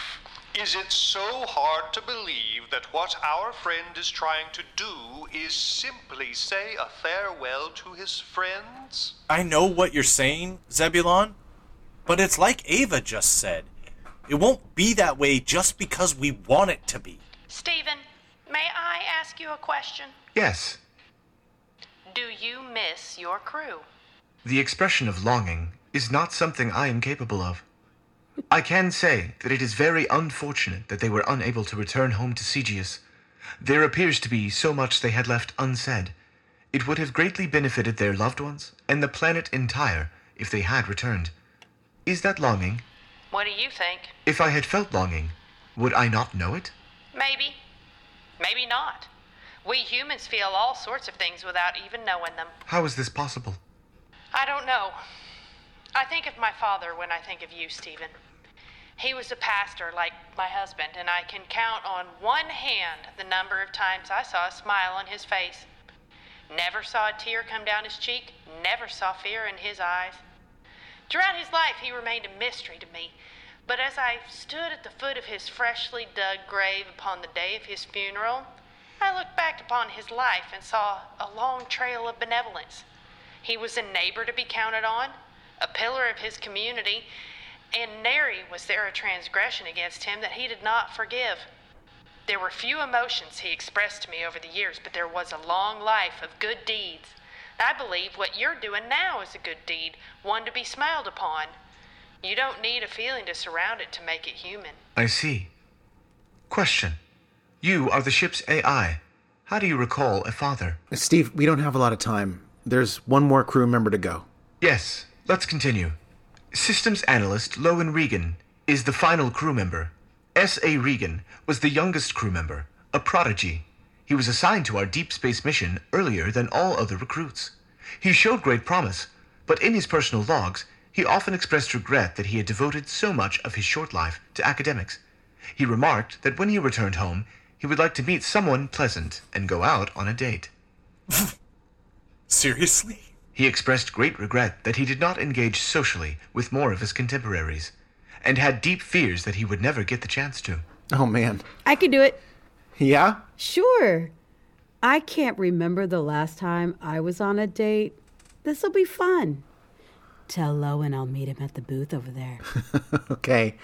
G: Is it so hard to believe that what our friend is trying to do is simply say a farewell to his friends?
F: I know what you're saying, Zebulon, but it's like Ava just said. It won't be that way just because we want it to be.
H: Stephen, may I ask you a question?
I: Yes,
H: Do you miss your crew?
I: the expression of longing is not something I am capable of. I can say that it is very unfortunate that they were unable to return home to Cegeus. There appears to be so much they had left unsaid. It would have greatly benefited their loved ones and the planet entire if they had returned. Is that longing?
H: What do you think?
I: If I had felt longing, would I not know it?
H: Maybe. Maybe not. We humans feel all sorts of things without even knowing them.
I: How is this possible?
H: I don't know. I think of my father when I think of you, Stephen. He was a pastor like my husband, and I can count on one hand the number of times I saw a smile on his face. Never saw a tear come down his cheek, never saw fear in his eyes. Throughout his life, he remained a mystery to me. But as I stood at the foot of his freshly dug grave upon the day of his funeral, I looked back upon his life and saw a long trail of benevolence. He was a neighbor to be counted on, a pillar of his community, and nary was there a transgression against him that he did not forgive. There were few emotions he expressed to me over the years, but there was a long life of good deeds. I believe what you're doing now is a good deed, one to be smiled upon. You don't need a feeling to surround it to make it human.
I: I see. Question. You are the ship's AI. How do you recall a father?
E: Steve, we don't have a lot of time. There's one more crew member to go.
I: Yes, let's continue. Systems analyst Lowen Regan is the final crew member. S.A. Regan was the youngest crew member, a prodigy. He was assigned to our deep space mission earlier than all other recruits. He showed great promise, but in his personal logs, he often expressed regret that he had devoted so much of his short life to academics. He remarked that when he returned home, he would like to meet someone pleasant and go out on a date.
F: Seriously?
I: He expressed great regret that he did not engage socially with more of his contemporaries, and had deep fears that he would never get the chance to.
E: Oh, man.
B: I could do it.
E: Yeah?
B: Sure. I can't remember the last time I was on a date. This'll be fun. Tell Lowen I'll meet him at the booth over there.
E: Okay.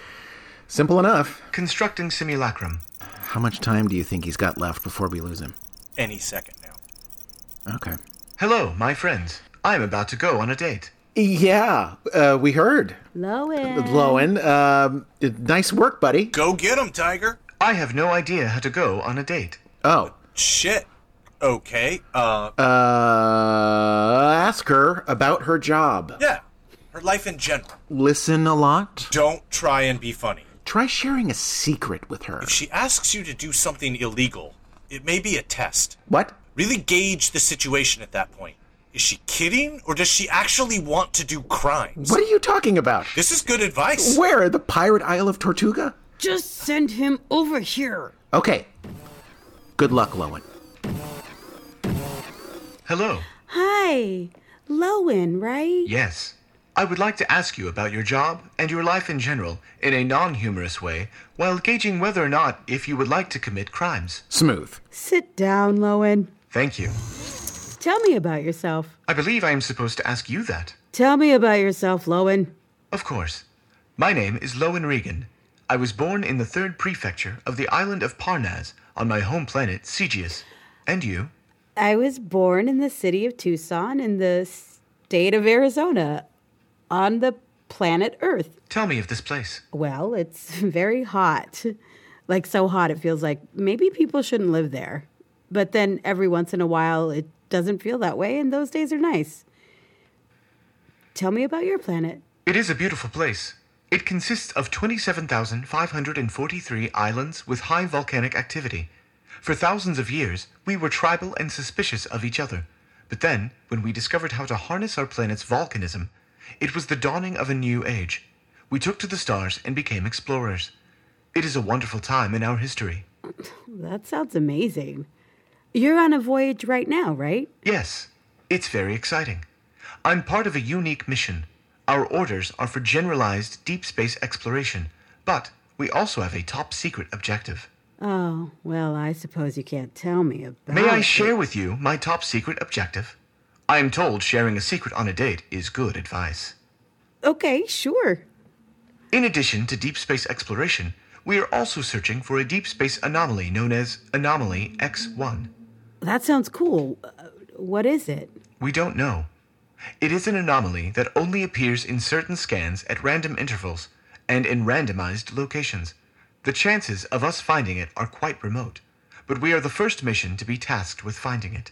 E: Simple enough.
I: Constructing simulacrum.
E: How much time do you think he's got left before we lose him?
F: Any second now.
E: Okay.
I: Hello, my friends. I'm about to go on a date.
E: Yeah, uh, we heard.
B: Lowen.
E: Lowen, um, nice work, buddy.
F: Go get him, Tiger.
I: I have no idea how to go on a date.
E: Oh,
F: Shit. Okay. Uh,
E: uh, ask her about her job.
F: yeah. Her life in general.
E: Listen a lot.
F: Don't try and be funny.
E: Try sharing a secret with her.
F: If she asks you to do something illegal, it may be a test.
E: What?
F: Really gauge the situation at that point. Is she kidding, or does she actually want to do crimes?
E: What are you talking about?
F: This is good advice.
E: Where? The pirate isle of Tortuga?
B: Just send him over here.
E: Okay. Good luck, Lowen.
I: Hello.
B: Hi. Lowen, right?
I: Yes. I would like to ask you about your job and your life in general in a non humorous way while gauging whether or not if you would like to commit crimes.
E: Smooth.
B: Sit down, Lowen.
I: Thank you.
B: Tell me about yourself.
I: I believe I am supposed to ask you that.
B: Tell me about yourself, Lowen.
I: Of course. My name is Lowen Regan. I was born in the third prefecture of the island of Parnas on my home planet, Cegeus. And you?
B: I was born in the city of Tucson in the state of Arizona on the planet Earth.
I: Tell me of this place.
B: Well, it's very hot. Like, so hot it feels like maybe people shouldn't live there. But then every once in a while, it doesn't feel that way, and those days are nice. Tell me about your planet.
I: It is a beautiful place. It consists of 27,543 islands with high volcanic activity. For thousands of years, we were tribal and suspicious of each other. But then, when we discovered how to harness our planet's volcanism, it was the dawning of a new age. We took to the stars and became explorers. It is a wonderful time in our history.
B: That sounds amazing. You're on a voyage right now, right?
I: Yes, it's very exciting. I'm part of a unique mission. Our orders are for generalized deep space exploration, but We also have a top secret objective.
B: Oh, well, I suppose you can't tell me about
I: May I
B: it.
I: share with you my top secret objective? I am told sharing a secret on a date is good advice.
B: Okay, sure.
I: In addition to deep space exploration, we are also searching for a deep space anomaly known as Anomaly X1.
B: That sounds cool. Uh, What is it?
I: We don't know. It is an anomaly that only appears in certain scans at random intervals and in randomized locations. The chances of us finding it are quite remote, but we are the first mission to be tasked with finding it.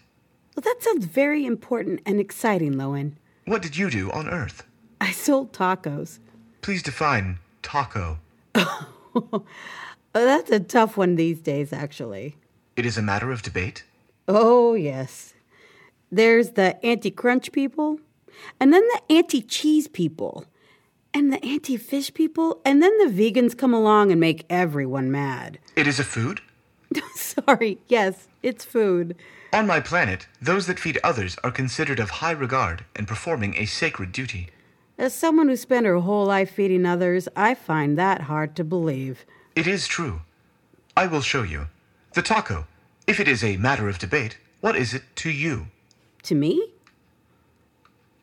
B: Well, that sounds very important and exciting, Lowen.
I: What did you do on Earth?
B: I sold tacos.
I: Please define taco.
B: Oh, that's a tough one these days, actually.
I: It is a matter of debate.
B: Oh, yes. There's the anti crunch people, and then the anti cheese people, and the anti fish people, and then the vegans come along and make everyone mad.
I: It is a food.
B: Sorry, yes, it's food.
I: On my planet, those that feed others are considered of high regard and performing a sacred duty.
B: As someone who spent her whole life feeding others, I find that hard to believe.
I: It is true. I will show you. The taco, if it is a matter of debate, what is it to you?
B: To me?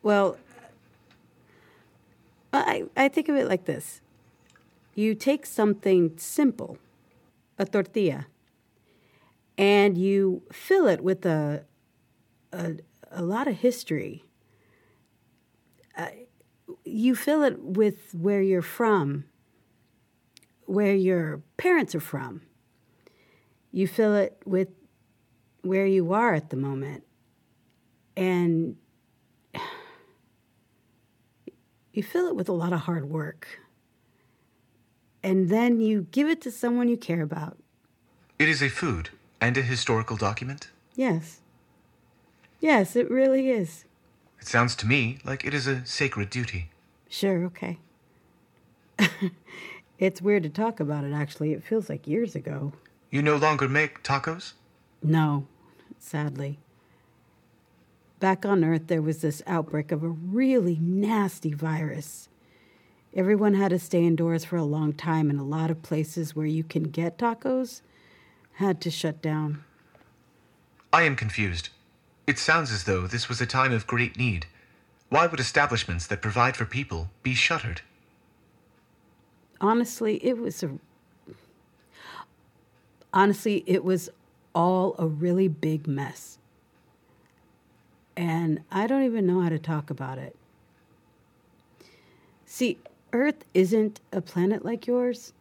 B: Well, I, I think of it like this you take something simple, a tortilla, and you fill it with a, a, a lot of history. Uh, you fill it with where you're from, where your parents are from. You fill it with where you are at the moment and you fill it with a lot of hard work. And then you give it to someone you care about.
I: It is a food and a historical document.
B: Yes. Yes, it really is.
I: It sounds to me like it is a sacred duty.
B: Sure, okay. it's weird to talk about it, actually. It feels like years ago.
I: You no longer make tacos?
B: No, sadly. Back on Earth, there was this outbreak of a really nasty virus. Everyone had to stay indoors for a long time, and a lot of places where you can get tacos had to shut down.
I: I am confused. It sounds as though this was a time of great need. Why would establishments that provide for people be shuttered?
B: Honestly, it was a. Honestly, it was all a really big mess. And I don't even know how to talk about it. See, Earth isn't a planet like yours.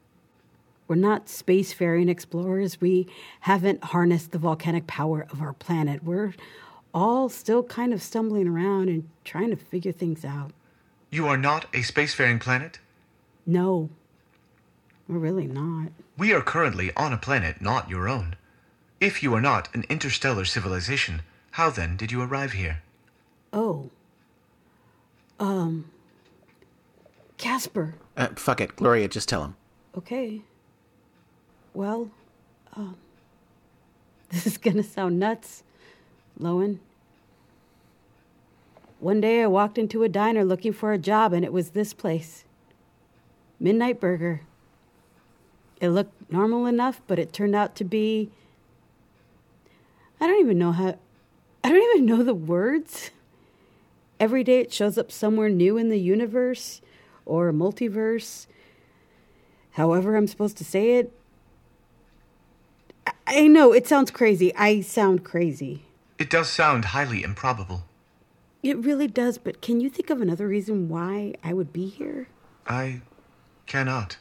B: We're not spacefaring explorers. We haven't harnessed the volcanic power of our planet. We're all still kind of stumbling around and trying to figure things out.
I: You are not a spacefaring planet?
B: No, we're really not.
I: We are currently on a planet not your own. If you are not an interstellar civilization, how then did you arrive here?
B: Oh. Um. Casper.
K: Uh, fuck it, Gloria, just tell him.
B: Okay. Well, um, this is gonna sound nuts, Lowen. One day I walked into a diner looking for a job, and it was this place Midnight Burger. It looked normal enough, but it turned out to be. I don't even know how. I don't even know the words. Every day it shows up somewhere new in the universe or multiverse however I'm supposed to say it. I- I know it sounds crazy. I sound crazy.
I: It does sound highly improbable.
B: It really does, but can you think of another reason why I would be here?
I: I cannot.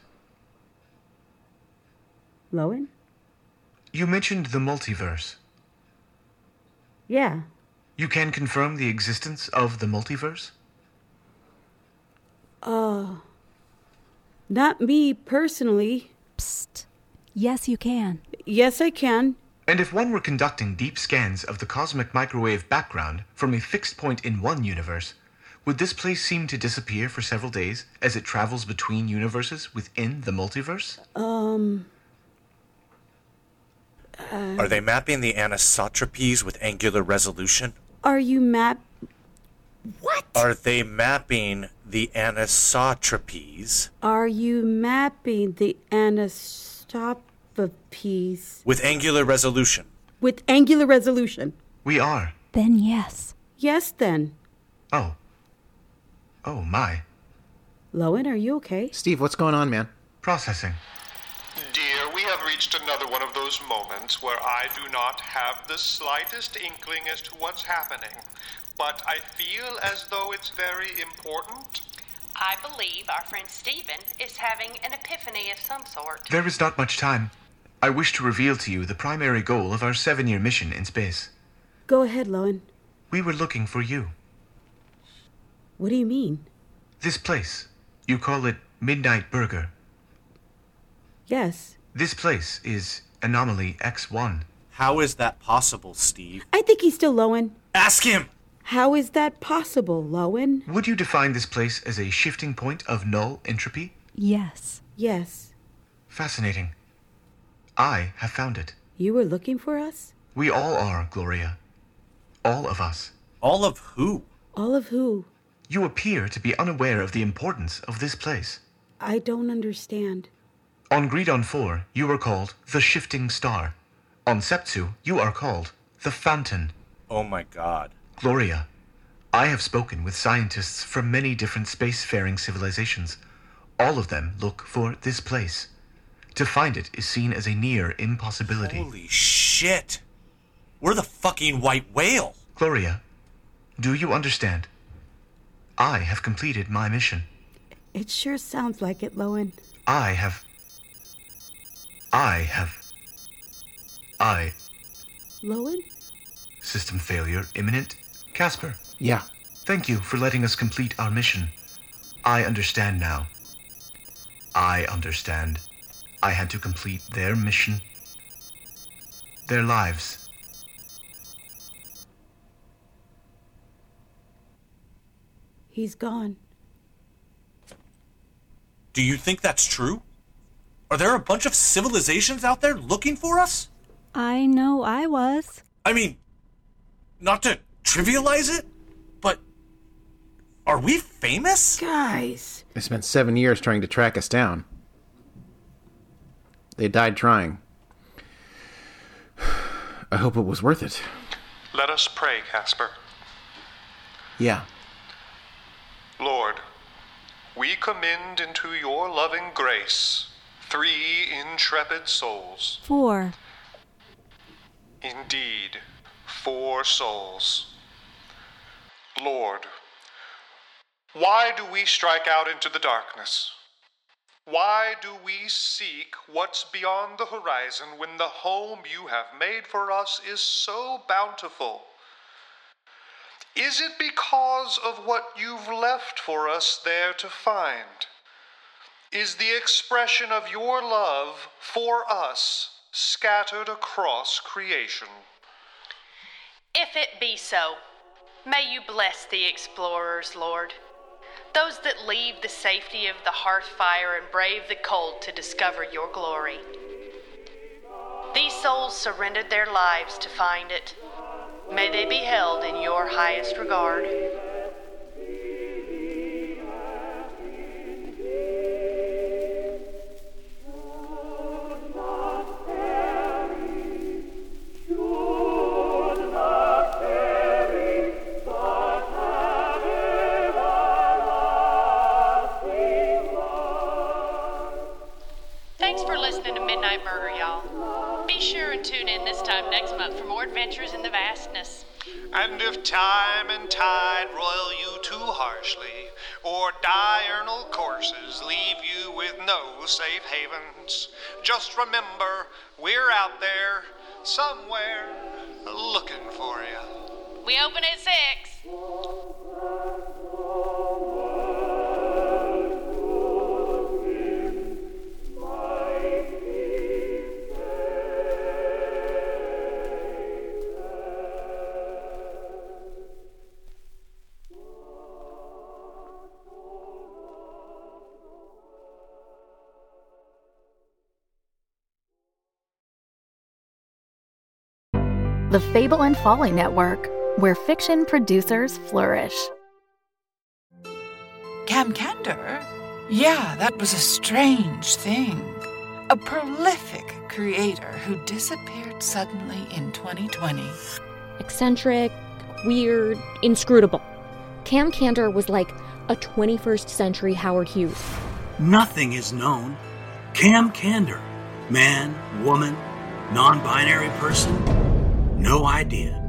B: Lowen?
I: You mentioned the multiverse.
B: Yeah.
I: You can confirm the existence of the multiverse?
B: Uh not me personally.
C: Psst. Yes, you can.
B: Yes, I can.
I: And if one were conducting deep scans of the cosmic microwave background from a fixed point in one universe, would this place seem to disappear for several days as it travels between universes within the multiverse?
B: Um
F: Are they mapping the anisotropies with angular resolution?
B: are you map
F: What? Are they mapping the anisotropes
B: Are you mapping the anisotropies
F: with angular resolution?
B: with angular resolution?
I: We are.
C: Then yes.
B: Yes, then.
I: Oh. Oh, my.
B: Lowen, are you okay?
E: Steve, what's going on, man?
I: Processing.
G: Dear, we have reached another one of those moments where I do not have the slightest inkling as to what's happening, but I feel as though it's very important.
H: I believe our friend Steven is having an epiphany of some sort.
I: There is not much time. I wish to reveal to you the primary goal of our seven year mission in space.
B: Go ahead, Lowen.
I: We were looking for you.
B: What do you mean?
I: This place. You call it Midnight Burger.
B: Yes.
I: This place is Anomaly X1.
F: How is that possible, Steve?
B: I think he's still Lowen.
F: Ask him!
B: How is that possible, Lowen?
I: Would you define this place as a shifting point of null entropy?
C: Yes.
B: Yes.
I: Fascinating. I have found it.
B: You were looking for us?
I: We all are, Gloria. All of us.
F: All of who?
B: All of who?
I: You appear to be unaware of the importance of this place.
B: I don't understand.
I: On Gridon 4, you are called the Shifting Star. On Septu, you are called the Fountain.
F: Oh my god.
I: Gloria, I have spoken with scientists from many different spacefaring civilizations. All of them look for this place. To find it is seen as a near impossibility.
F: Holy shit! We're the fucking white whale!
I: Gloria, do you understand? I have completed my mission.
B: It sure sounds like it, Lowen.
I: I have. I have. I.
B: Lowen?
I: System failure imminent. Casper,
K: Yeah.
I: thank you for letting us complete our mission. I understand now. I understand. I had to complete their mission. Their lives.
B: He's gone.
F: Do you think that's true? Are there a bunch of civilizations out there looking for us?
C: I know I was.
F: I mean, not to trivialize it, but are we famous?
B: Guys.
E: They spent seven years trying to track us down. They died trying. I hope it was worth it.
G: Let us pray, Casper.
E: Yeah.
G: Lord, we commend into your loving grace three intrepid souls.
C: Four.
G: Indeed, four souls. Lord, why do we strike out into the darkness? Why do we seek what's beyond the horizon when the home you have made for us is so bountiful? Is it because of what you've left for us there to find? is the expression of your love for us scattered across creation.
H: If it be so, may you bless the explorers, Lord. Those that leave the safety of the hearth fire and brave the cold to discover your glory. These souls surrendered their lives to find it. May they be held in your highest regard. Thanks for listening to Midnight Burger, y'all. Be sure and tune in this time next month for more adventures in the vastness.
G: And if time and tide roil you too harshly, or diurnal courses leave you with no safe havens, just remember we're out there, somewhere, looking for you.
H: We open at 6.
L: The Fable and Folly Network, where fiction producers flourish.
M: Camcander? Yeah, that was a strange thing. A prolific creator who disappeared suddenly in 2020.
N: Eccentric, weird, inscrutable. Cam Cantor was like a 21st century Howard Hughes.
O: Nothing is known. Cam Candor, man, woman, non binary person, no idea.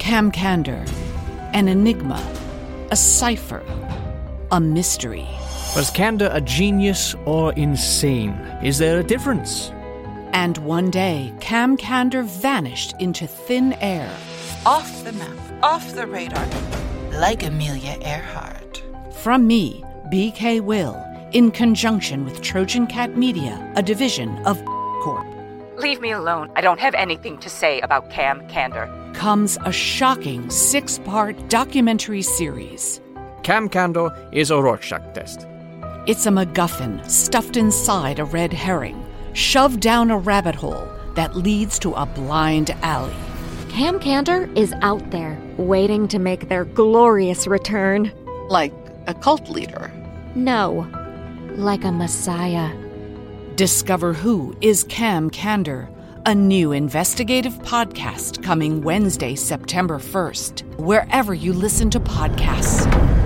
M: Cam Candor, an enigma, a cipher, a mystery.
P: Was Kanda a genius or insane? Is there a difference?
M: And one day, Cam Candor vanished into thin air. Off the map, off the radar, like Amelia Earhart. From me, BK Will, in conjunction with Trojan Cat Media, a division of Corp,
Q: Leave me alone. I don't have anything to say about Cam Candor.
M: comes a shocking six part documentary series.
P: Cam Kando is a Rorschach test.
M: It's a MacGuffin stuffed inside a red herring, shoved down a rabbit hole that leads to a blind alley.
N: Cam Cantor is out there, waiting to make their glorious return.
M: Like a cult leader.
N: No, like a messiah.
M: Discover who is Cam Candor, a new investigative podcast coming Wednesday, September 1st, wherever you listen to podcasts.